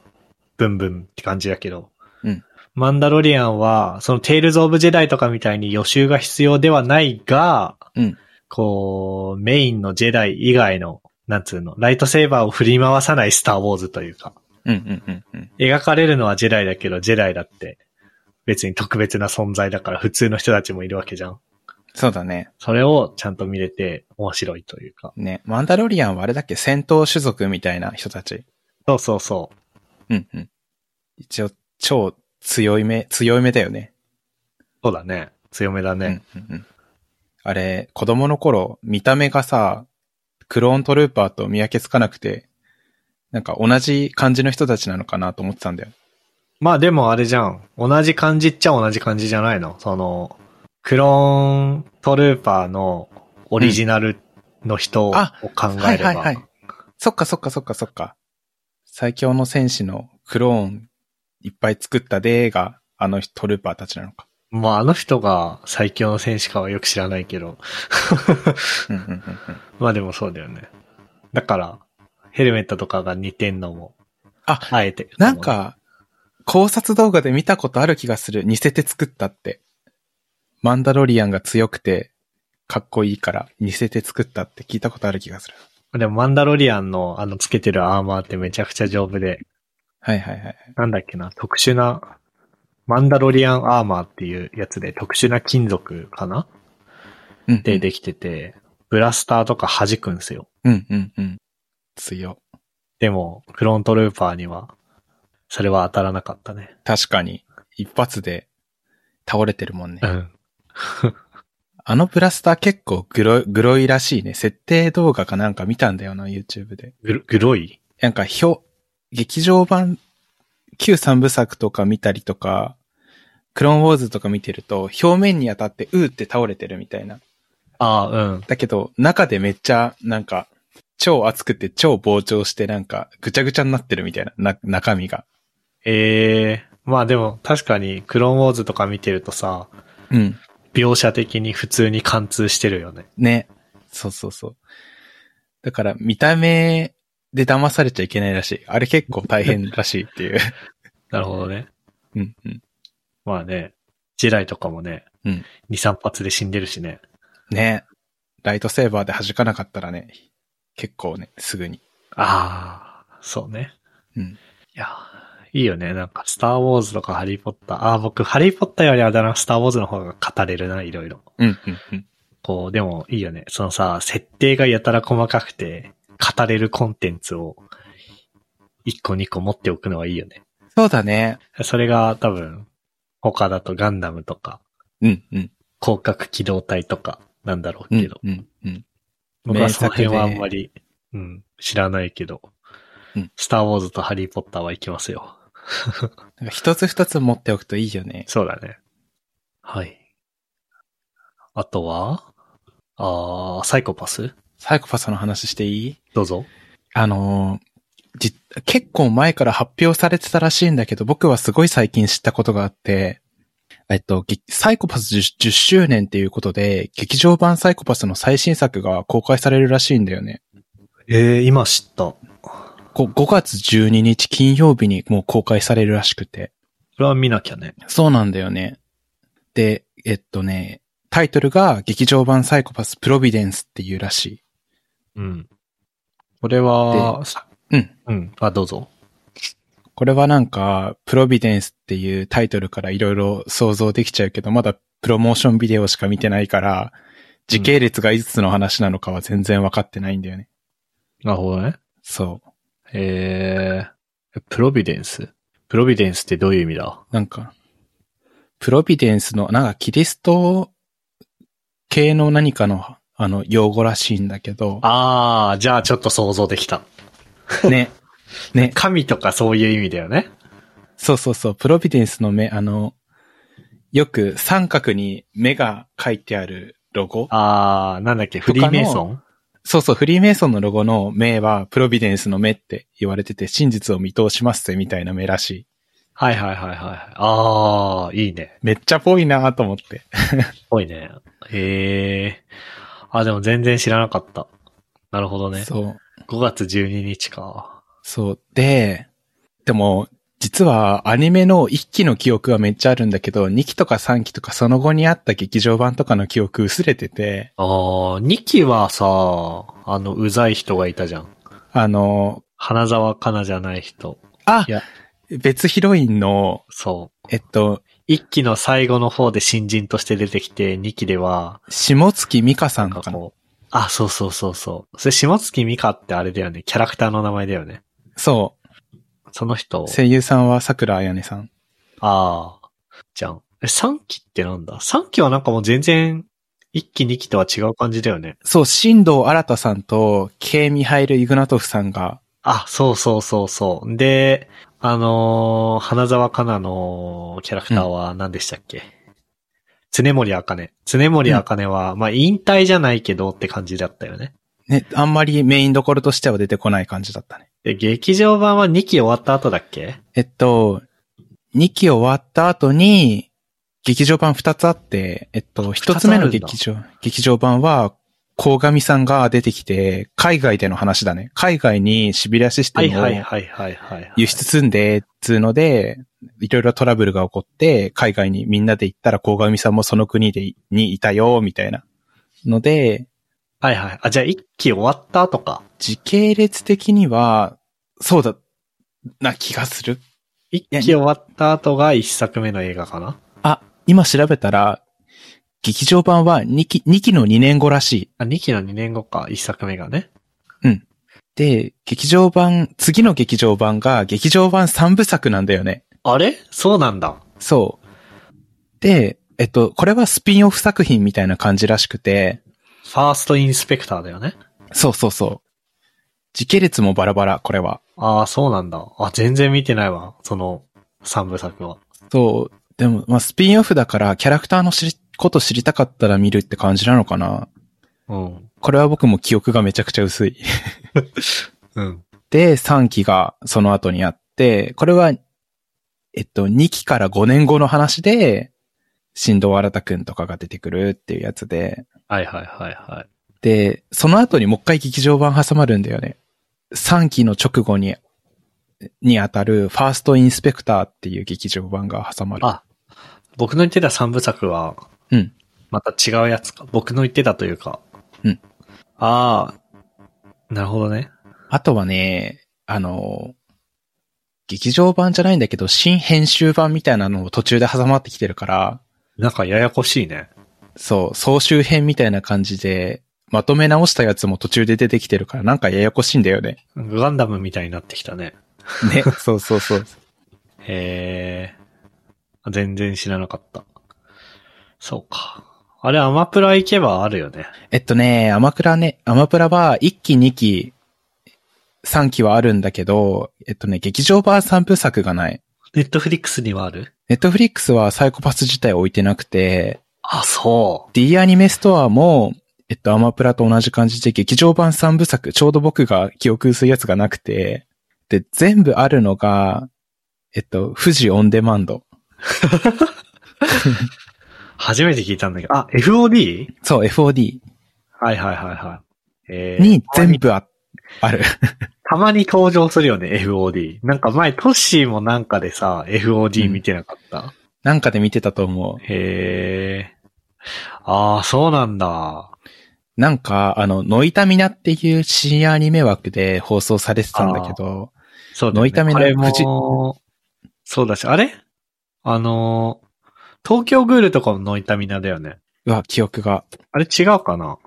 Speaker 1: ブンブンって感じだけど、
Speaker 2: うん
Speaker 1: マンダロリアンは、そのテイルズ・オブ・ジェダイとかみたいに予習が必要ではないが、
Speaker 2: うん。
Speaker 1: こう、メインのジェダイ以外の、なんつうの、ライトセーバーを振り回さないスターウォーズというか、
Speaker 2: うんうんうんうん。
Speaker 1: 描かれるのはジェダイだけど、ジェダイだって、別に特別な存在だから普通の人たちもいるわけじゃん。
Speaker 2: そうだね。
Speaker 1: それをちゃんと見れて面白いというか。
Speaker 2: ね。マンダロリアンはあれだっけ戦闘種族みたいな人たち。
Speaker 1: そうそうそう。
Speaker 2: うんうん。一応、超強い目、強い目だよね。
Speaker 1: そうだね。強めだね。
Speaker 2: うんうんうん。あれ、子供の頃、見た目がさ、クローントルーパーと見分けつかなくて、なんか同じ感じの人たちなのかなと思ってたんだよ。
Speaker 1: まあでもあれじゃん。同じ感じっちゃ同じ感じじゃないの。その、クローントルーパーのオリジナルの人を考
Speaker 2: あ
Speaker 1: えれば。
Speaker 2: そっかそっかそっかそっか。最強の戦士のクローンいっぱい作ったでが、あのトルーパーたちなのか。
Speaker 1: まああの人が最強の選手かはよく知らないけど。
Speaker 2: うんうんうんうん
Speaker 1: まあでもそうだよね。だから、ヘルメットとかが似てんのも、
Speaker 2: あ
Speaker 1: あえて。
Speaker 2: なん、か、考察動画で見たことある気がする。似せて作ったって。マンダロリアンが強くて、かっこいいから、似せて作ったって聞いたことある気がする。
Speaker 1: でもマンダロリアンのあのつけてるアーマーってめちゃくちゃ丈夫で、
Speaker 2: はいはいはい。
Speaker 1: なんだっけな、特殊な、マンダロリアンアーマーっていうやつで特殊な金属かな
Speaker 2: うん。
Speaker 1: で、できてて、ブラスターとか弾くんすよ。
Speaker 2: うんうんうん。強。
Speaker 1: でも、フロントルーパーには、それは当たらなかったね。
Speaker 2: 確かに、一発で倒れてるもんね。
Speaker 1: ん。
Speaker 2: あのブラスター結構グロ、グロいらしいね。設定動画かなんか見たんだよな、YouTube で。
Speaker 1: グログロい
Speaker 2: なんか、ひょ、劇場版、旧三部作とか見たりとか、クローンウォーズとか見てると、表面に当たって、うーって倒れてるみたいな。
Speaker 1: ああ、うん。
Speaker 2: だけど、中でめっちゃ、なんか、超熱くて超膨張して、なんか、ぐちゃぐちゃになってるみたいな、な、中身が。
Speaker 1: ええまあでも確かにクローンウォーズとか見てるとさ、
Speaker 2: うん。
Speaker 1: 描写的に普通に貫通してるよね。
Speaker 2: ね。そうそうそう。だから、見た目で騙されちゃいけないらしい。あれ結構大変らしいっていう。
Speaker 1: なるほどね。
Speaker 2: うんうん。
Speaker 1: まあね、ジェライとかもね、
Speaker 2: うん
Speaker 1: 2、3発で死んでるしね。
Speaker 2: ね。ライトセーバーで弾かなかったらね、結構ね、すぐに。
Speaker 1: ああ、そうね。
Speaker 2: うん。
Speaker 1: いや、いいよね。なんか、スターウォーズとかハリーポッター。ああ、僕、ハリーポッターよりあだな、スターウォーズの方が語れるな、いろいろ。
Speaker 2: うん、うん、うん。
Speaker 1: こう、でもいいよね。そのさ、設定がやたら細かくて、語れるコンテンツを、1個2個持っておくのはいいよね。
Speaker 2: そうだね。
Speaker 1: それが多分、他だとガンダムとか、
Speaker 2: うん、うん。
Speaker 1: 広角機動隊とか、なんだろう
Speaker 2: うん
Speaker 1: けど、
Speaker 2: うん、うん。
Speaker 1: 僕はその辺はあ
Speaker 2: 名作で
Speaker 1: んまり、うん、知らないけど、
Speaker 2: うん
Speaker 1: スターウォーズとハリーポッターは行きますよ。
Speaker 2: なんか一つ二つ持っておくといいよね。
Speaker 1: そうだね。はい。あとはあー、サイコパス
Speaker 2: サイコパスの話していい
Speaker 1: どうぞ。
Speaker 2: あのーじ、結構前から発表されてたらしいんだけど、僕はすごい最近知ったことがあって、えっと、げサイコパス 10, 10周年っていうことで、劇場版サイコパスの最新作が公開されるらしいんだよね。
Speaker 1: えー、今知った。こ
Speaker 2: こ5月12日金曜日にもう公開されるらしくて。
Speaker 1: れは見なきゃね。
Speaker 2: そうなんだよね。で、えっとね、タイトルが劇場版サイコパスプロビデンスっていうらしい。
Speaker 1: うん。これは、さ
Speaker 2: うん。
Speaker 1: うん。あ、どうぞ。
Speaker 2: これはなんか、プロビデンスっていうタイトルからいろいろ想像できちゃうけど、まだプロモーションビデオしか見てないから、時系列がいつの話なのかは全然わかってないんだよね。
Speaker 1: なるほどね。
Speaker 2: そう。
Speaker 1: えー、プロビデンスプロビデンスってどういう意味だ
Speaker 2: なんか、プロビデンスの、なんかキリスト系の何かの、あの、用語らしいんだけど、
Speaker 1: あー、じゃあちょっと想像できた。
Speaker 2: ね。ね。
Speaker 1: 神とかそういう意味だよね。
Speaker 2: そうそうそう、プロビデンスの目、あの、よく三角に目が書いてあるロゴ。
Speaker 1: あー、なんだっけ、フリーメイソン
Speaker 2: そうそう、フリーメイソンのロゴの目は、プロビデンスの目って言われてて、真実を見通しますぜ、みたいな目らしい。
Speaker 1: はいはいはいはい。あー、いいね。
Speaker 2: めっちゃぽいなと思って。
Speaker 1: ぽいね。えー。あ、でも全然知らなかった。なるほどね。
Speaker 2: そう。
Speaker 1: 5月12日か。
Speaker 2: そう。で、でも、実はアニメの1期の記憶はめっちゃあるんだけど、2期とか3期とかその後にあった劇場版とかの記憶薄れてて、
Speaker 1: あー、2期はさ、あの、うざい人がいたじゃん。
Speaker 2: あの、
Speaker 1: 花沢香菜じゃない人。
Speaker 2: あ
Speaker 1: いや
Speaker 2: 別ヒロインの、
Speaker 1: そう。
Speaker 2: えっと、
Speaker 1: 一期の最後の方で新人として出てきて、二期では、
Speaker 2: 下月美香さ
Speaker 1: なん
Speaker 2: ん
Speaker 1: か
Speaker 2: かな。
Speaker 1: こう、あ、そうそうそうそう。それ、下月美香ってあれだよね。キャラクターの名前だよね。
Speaker 2: そ
Speaker 1: その人
Speaker 2: う。、声優さんは桜彩音さん。
Speaker 1: ああ、じゃん。え、三期ってなんだ三期はなんかもう全然、一期二期とは違う感じだよね。
Speaker 2: そう、新藤新さんと、K. ミハイル・イグナトフさんが、
Speaker 1: あ、そうそうそうそう。で、あのー花沢香菜のキャラクターは何でしたっけ、常森茜。常森茜は、まあ、引退じゃないけどって感じだったよね。
Speaker 2: ね、あんまりメインどころとしては出てこない感じだったね。
Speaker 1: で、劇場版は2期終わった後だっけ
Speaker 2: えっと、2期終わった後に、劇場版二つあって、えっと、一つ目の劇場、劇場版は、鴻上さんが出てきて、海外での話だね。海外にシビリアシス
Speaker 1: は
Speaker 2: テ
Speaker 1: い
Speaker 2: ムを
Speaker 1: はいはいはいはい。
Speaker 2: 輸出積んで、つうので、いろいろトラブルが起こって、海外にみんなで行ったら、鴻上さんもその国で、にいたよ、みたいな。ので、
Speaker 1: はいはい。あ、じゃあ一期終わったとか。
Speaker 2: 時系列的には、そうだ、な気がする。
Speaker 1: 一期終わった後が一作目の映画かな
Speaker 2: あ、今調べたら、劇場版は2期、2期の2年後らしい。
Speaker 1: あ、二期の二年後か、一作目がね。
Speaker 2: で、劇場版、次の劇場版が劇場版3部作なんだよね。
Speaker 1: あれそうなんだ。
Speaker 2: そう。で、えっと、これはスピンオフ作品みたいな感じらしくて、
Speaker 1: ファーストインスペクターだよね。
Speaker 2: そうそうそう。時系列もバラバラ、これは。
Speaker 1: ああ、そうなんだ。あ、全然見てないわ。その、三部作は。
Speaker 2: そう。でも、まあ、スピンオフだから、キャラクターの知り、こと知りたかったら見るって感じなのかな。
Speaker 1: うん。
Speaker 2: これは僕も記憶がめちゃくちゃ薄い。
Speaker 1: うん。
Speaker 2: で、3期がその後にあって、これは、えっと、2期から5年後の話で、新藤新くんとかが出てくるっていうやつで、
Speaker 1: はいはいはいはい。
Speaker 2: で、その後にもう一回劇場版挟まるんだよね。3期の直後に、にあたる、ファーストインスペクターっていう劇場版が挟まる。
Speaker 1: あ僕の言ってた三部作は、
Speaker 2: うん。
Speaker 1: また違うやつか。僕の言ってたというか。
Speaker 2: うん。
Speaker 1: ああ、なるほどね。
Speaker 2: あとはね、あの、劇場版じゃないんだけど、新編集版みたいなのを途中で挟まってきてるから、
Speaker 1: なんかややこしいね。
Speaker 2: そう、総集編みたいな感じで、まとめ直したやつも途中で出てきてるから、なんかややこしいんだよね。
Speaker 1: ガンダムみたいになってきたね。
Speaker 2: ね、そうそうそう。
Speaker 1: へえ。全然知らなかった。そうか。あれ、アマプラ行けばあるよね。
Speaker 2: えっとね、アマクラね、アマプラは1期、2期、3期はあるんだけど、えっとね、劇場版3部作がない。
Speaker 1: ネットフリックスにはある
Speaker 2: ネットフリックスはサイコパス自体置いてなくて、
Speaker 1: あ、そ
Speaker 2: D アニメストアも、えっと、アマプラと同じ感じで劇場版3部作、ちょうど僕が記憶薄いやつがなくて、で、全部あるのが、えっと、富士オンデマンド。
Speaker 1: う。初めて聞いたんだけど。あ、FOD?
Speaker 2: そう、FOD
Speaker 1: はいはいはいはい。えー
Speaker 2: に全部あ、ある。
Speaker 1: たまに登場するよね、FOD。なんか前、トッシーもなんかでさ、FOD 見てなかった。
Speaker 2: なんかで見てたと思う。
Speaker 1: へえ。ああ、そうなんだ。
Speaker 2: なんか、あの、ノイタミナっていう深夜アニメ枠で放送されてたんだけど、
Speaker 1: そう
Speaker 2: ノイタミナ
Speaker 1: これも
Speaker 2: 富士
Speaker 1: そうだし、あれあのー、東京グールとかもノイタミナだよね。
Speaker 2: うわ、記憶が。
Speaker 1: あれ違うかな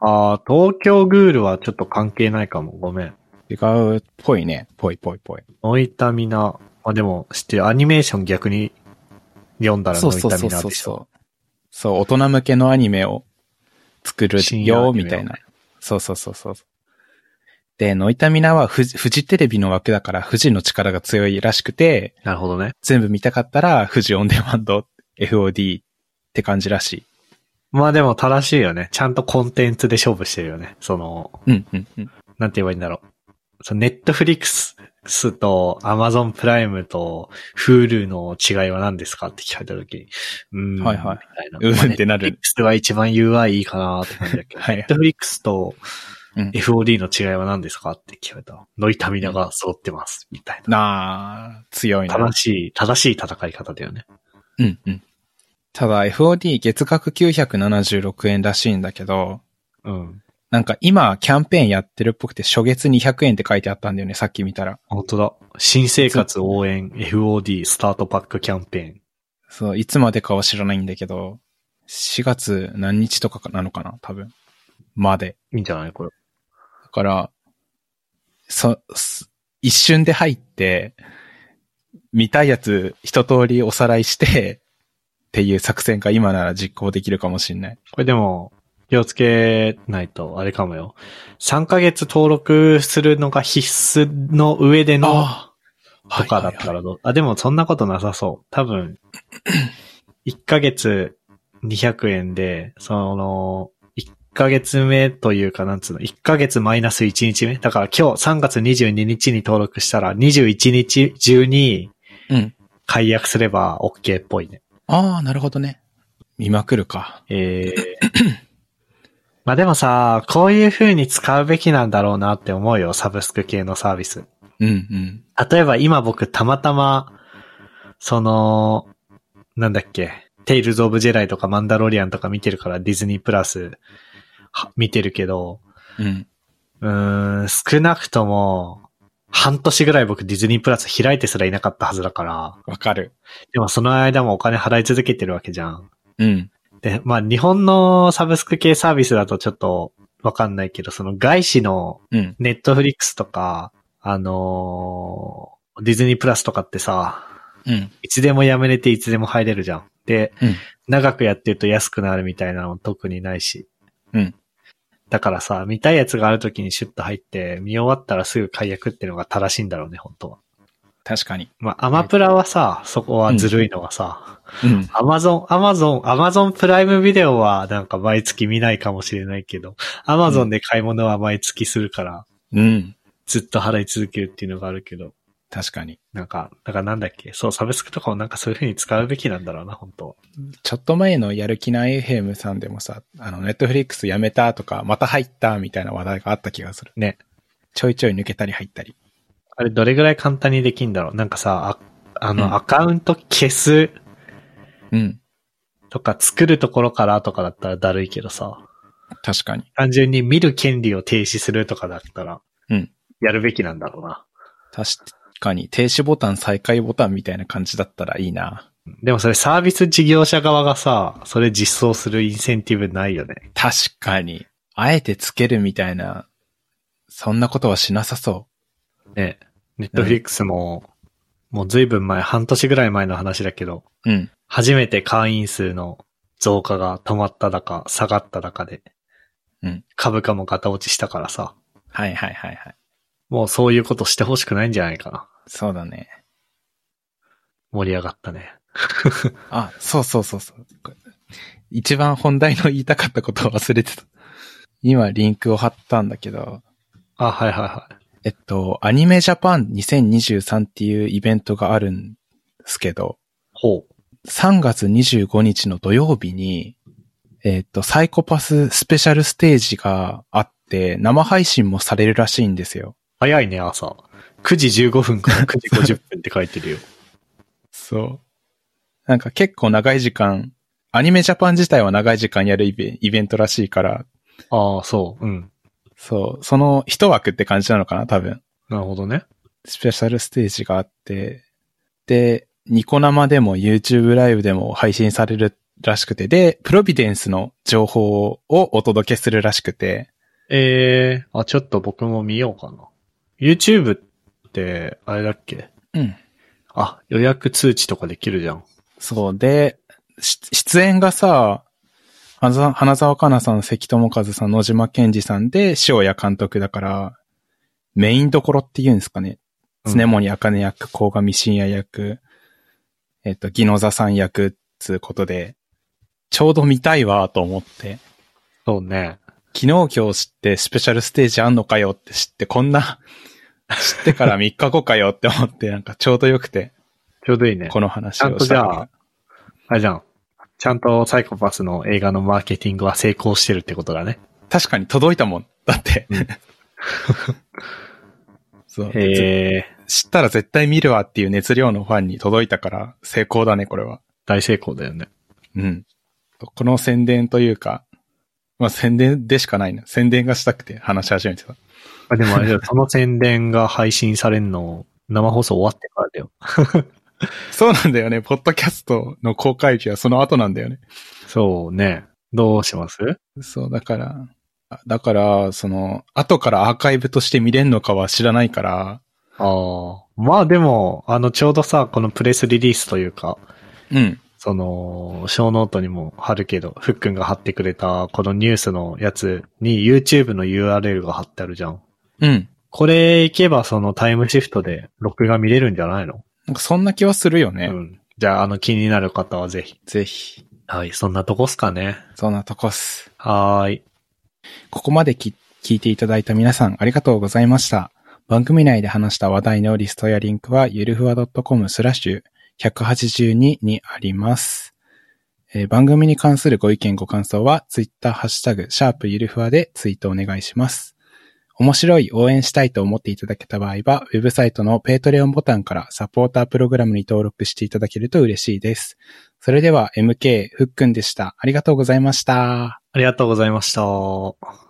Speaker 1: ああ、東京グールはちょっと関係ないかも。ごめん。
Speaker 2: 違うっぽいね。ぽいぽいぽい。
Speaker 1: ノイタミナ。あ、でも、知ってる。アニメーション逆に読んだら
Speaker 2: そ
Speaker 1: ノ
Speaker 2: う
Speaker 1: イ
Speaker 2: そう
Speaker 1: タ
Speaker 2: そ
Speaker 1: ミ
Speaker 2: う
Speaker 1: ナ
Speaker 2: そう
Speaker 1: でしょ。
Speaker 2: そう。そう、大人向けのアニメを作る
Speaker 1: 深夜ア
Speaker 2: よ、
Speaker 1: ニメを
Speaker 2: みたいな。そうそうそうそう。で、ノイタミナはフジフジテレビの枠だから、フジの力が強いらしくて、
Speaker 1: なるほどね。
Speaker 2: 全部見たかったら、フジオンデマンド、FOD って感じらしい。
Speaker 1: まあでも正しいよね。ちゃんとコンテンツで勝負してるよね。その、
Speaker 2: うん、うん、うん。
Speaker 1: なんて言えばいいんだろう。そのネットフリックスとアマゾンプライムと Hulu の違いは何ですかって聞かれた時に、うーん。
Speaker 2: はいはい
Speaker 1: みたいな。
Speaker 2: うーんってなる
Speaker 1: ネットフリックスは一番 UI いいかなって感じだ けど。
Speaker 2: はい
Speaker 1: ネットフリックスと
Speaker 2: うん
Speaker 1: FOD の違いは何ですかって聞かれた。ノイタミナが揃ってます。みたいな。
Speaker 2: なあ、強いな。
Speaker 1: 正しい、正しい戦い方だよね。
Speaker 2: うんうん。ただ FOD 月額976円らしいんだけど、
Speaker 1: うん。
Speaker 2: なんか今キャンペーンやってるっぽくて初月200円って書いてあったんだよね、さっき見たら。
Speaker 1: 本当だ。新生活応援 FOD スタートパックキャンペーン。
Speaker 2: そう、いつまでかは知らないんだけど、4月何日とかなのかな、多分。まで。
Speaker 1: いいんじゃないこれ。
Speaker 2: だから、そ、す一瞬で入って、見たいやつ一通りおさらいして、っていう作戦が今なら実行できるかもしんない。
Speaker 1: これでも、気をつけないと、あれかもよ。3ヶ月登録するのが必須の上での
Speaker 2: あ
Speaker 1: とかだっ
Speaker 2: はいはい
Speaker 1: たらどう、あ、でもそんなことなさそう。多分、1ヶ月200円で、その、1ヶ月目というか、なんつうの、1ヶ月マイナス1日目。だから今日3月22日に登録したら、21日中に
Speaker 2: うん。
Speaker 1: 解約すれば OK っぽいね。
Speaker 2: ああ、なるほどね。見まくるか。
Speaker 1: ええまあでもさ、こういう風に使うべきなんだろうなって思うよ、サブスク系のサービス。
Speaker 2: うんうん。
Speaker 1: 例えば今僕たまたま、その、なんだっけ、テイルズ・オブ・ジェダイとかマンダロリアンとか見てるからディズニープラスは見てるけど、
Speaker 2: うん。
Speaker 1: うーん、少なくとも、半年ぐらい僕ディズニープラス開いてすらいなかったはずだから、
Speaker 2: わかる。
Speaker 1: でもその間もお金払い続けてるわけじゃん。
Speaker 2: うん。
Speaker 1: で、まあ日本のサブスク系サービスだとちょっとわかんないけど、その外資の
Speaker 2: うん。
Speaker 1: ネットフリックスとか、あのーディズニープラスとかってさ、
Speaker 2: うん。
Speaker 1: いつでもやめれていつでも入れるじゃん。で、
Speaker 2: うん
Speaker 1: 長くやってると安くなるみたいなのも特にないし。
Speaker 2: うん。
Speaker 1: だからさ、見たいやつがある時にシュッと入って、見終わったらすぐ解約っていうのが正しいんだろうね、本当は。
Speaker 2: 確かに。
Speaker 1: まあ、アマプラはさ、そこはずるいのはさ、
Speaker 2: うん。
Speaker 1: アマゾン、アマゾン、アマゾンプライムビデオはなんか毎月見ないかもしれないけど、アマゾンで買い物は毎月するから、
Speaker 2: うん。
Speaker 1: ずっと払い続けるっていうのがあるけど、
Speaker 2: 確かに。
Speaker 1: なんか、だからなんだっけ、そう、サブスクとかもなんかそういう風に使うべきなんだろうな、本当は
Speaker 2: ちょっと前のやる気ない FM さんでもさ、あの、ネットフリックスやめたとか、また入ったみたいな話題があった気がする。
Speaker 1: ね。
Speaker 2: ちょいちょい抜けたり入ったり。
Speaker 1: あれどれぐらい簡単にできんだろうなんかさ、ああの、
Speaker 2: うん
Speaker 1: アカウント消す
Speaker 2: うん。
Speaker 1: とか作るところからとかだったらだるいけどさ、
Speaker 2: 確かに。
Speaker 1: 単純に見る権利を停止するとかだったら、
Speaker 2: うん。
Speaker 1: やるべきなんだろうな。
Speaker 2: 確かに。停止ボタン、再開ボタンみたいな感じだったらいいな。
Speaker 1: でもそれサービス事業者側がさ、それ実装するインセンティブないよね。
Speaker 2: 確かに。あえてつけるみたいな、そんなことはしなさそ
Speaker 1: ね。ネットフリックスも、もうずいぶん前、半年ぐらい前の話だけど、
Speaker 2: う。うん。
Speaker 1: 初めて会員数の増加が止まっただか、下がっただかで、
Speaker 2: うん
Speaker 1: 株価もガタ落ちしたからさ、
Speaker 2: はいはいはいはい。
Speaker 1: もうそういうことしてほしくないんじゃないかな。
Speaker 2: そうだね。
Speaker 1: 盛り上がったね。
Speaker 2: あ、そうそうそうそう。これ一番本題の言いたかったことを忘れてた。今リンクを貼ったんだけど、
Speaker 1: あ、はいはいはい。
Speaker 2: えっと、アニメジャパン2023っていうイベントがあるんですけど、
Speaker 1: ほう。
Speaker 2: 3月25日の土曜日に、えっと、サイコパススペシャルステージがあって、生配信もされるらしいんですよ。
Speaker 1: 早いね、朝。9時15分から9時50分って書いてるよ。
Speaker 2: そう。なんか結構長い時間、アニメジャパン自体は長い時間やるイベイベントらしいから、
Speaker 1: ああ、そう。うん。
Speaker 2: そう、その一枠って感じなのかな、多分。
Speaker 1: なるほどね。
Speaker 2: スペシャルステージがあって、で、ニコ生でも YouTube ライブでも配信されるらしくて、で、プロビデンスの情報をお届けするらしくて、
Speaker 1: えー、あ、ちょっと僕も見ようかな。YouTube って、あれだっけ
Speaker 2: うん。
Speaker 1: あ、予約通知とかできるじゃん。
Speaker 2: そう、で、し出演がさ、花澤花澤香菜さん、関智和さん、野島健二さんで、塩谷監督だから、メインどころって言うんですかね。
Speaker 1: うん
Speaker 2: 常森茜役、鴻上信也役、えっと、木野座さん役、つうことで、ちょうど見たいわ、と思って。
Speaker 1: そうね。
Speaker 2: 昨日今日知ってスペシャルステージあんのかよって知って、こんな、 知ってから3日後かよって思って、なんかちょうどよくて、
Speaker 1: ちょうどいいね。
Speaker 2: この話
Speaker 1: ちゃん
Speaker 2: を
Speaker 1: と
Speaker 2: し
Speaker 1: じ
Speaker 2: た
Speaker 1: ゃ
Speaker 2: のが。
Speaker 1: あ、あれじゃん。ちゃんとサイコパスの映画のマーケティングは成功してるってことだね。
Speaker 2: 確かに届いたもん。だって
Speaker 1: うん。
Speaker 2: そう。ぜ
Speaker 1: へえ、
Speaker 2: 知ったら絶対見るわっていう熱量のファンに届いたから成功だね、これは。
Speaker 1: 大成功だよね。
Speaker 2: うん。この宣伝というか、まあ宣伝でしかないな。宣伝がしたくて話し始めてた。
Speaker 1: あでもあれだ よ、その宣伝が配信されるの、生放送終わってからだよ。
Speaker 2: そうなんだよね。ポッドキャストの公開日はその後なんだよね。
Speaker 1: そうね。どうします
Speaker 2: そう、だから、あだから、その、後からアーカイブとして見れんのかは知らないから、
Speaker 1: ああ。まあでも、あの、ちょうどさ、このプレスリリースというか、
Speaker 2: うん。
Speaker 1: その、小ノートにも貼るけど、ふっくんが貼ってくれた、このニュースのやつに YouTube の URL が貼ってあるじゃん。
Speaker 2: うん。
Speaker 1: これ行けばそのタイムシフトで録画見れるんじゃないの、
Speaker 2: なんかそんな気はするよね。
Speaker 1: うん。じゃあ、あの、気になる方はぜひ。
Speaker 2: ぜひ。
Speaker 1: はい、そんなとこっすかね。
Speaker 2: そんなとこっす。
Speaker 1: はーい。
Speaker 2: ここまでき聞いていただいた皆さんありがとうございました。番組内で話した話題のリストやリンクは、ゆるふわ .com スラッシュ182にあります。えー番組に関するご意見ご感想は、ツイッターハッシュタグ、シャープゆるふわでツイートお願いします。面白い、応援したいと思っていただけた場合は、ウェブサイトのペイトレオンボタンからサポータープログラムに登録していただけると嬉しいです。それでは、MK、ふっくんでした。ありがとうございました。
Speaker 1: ありがとうございました。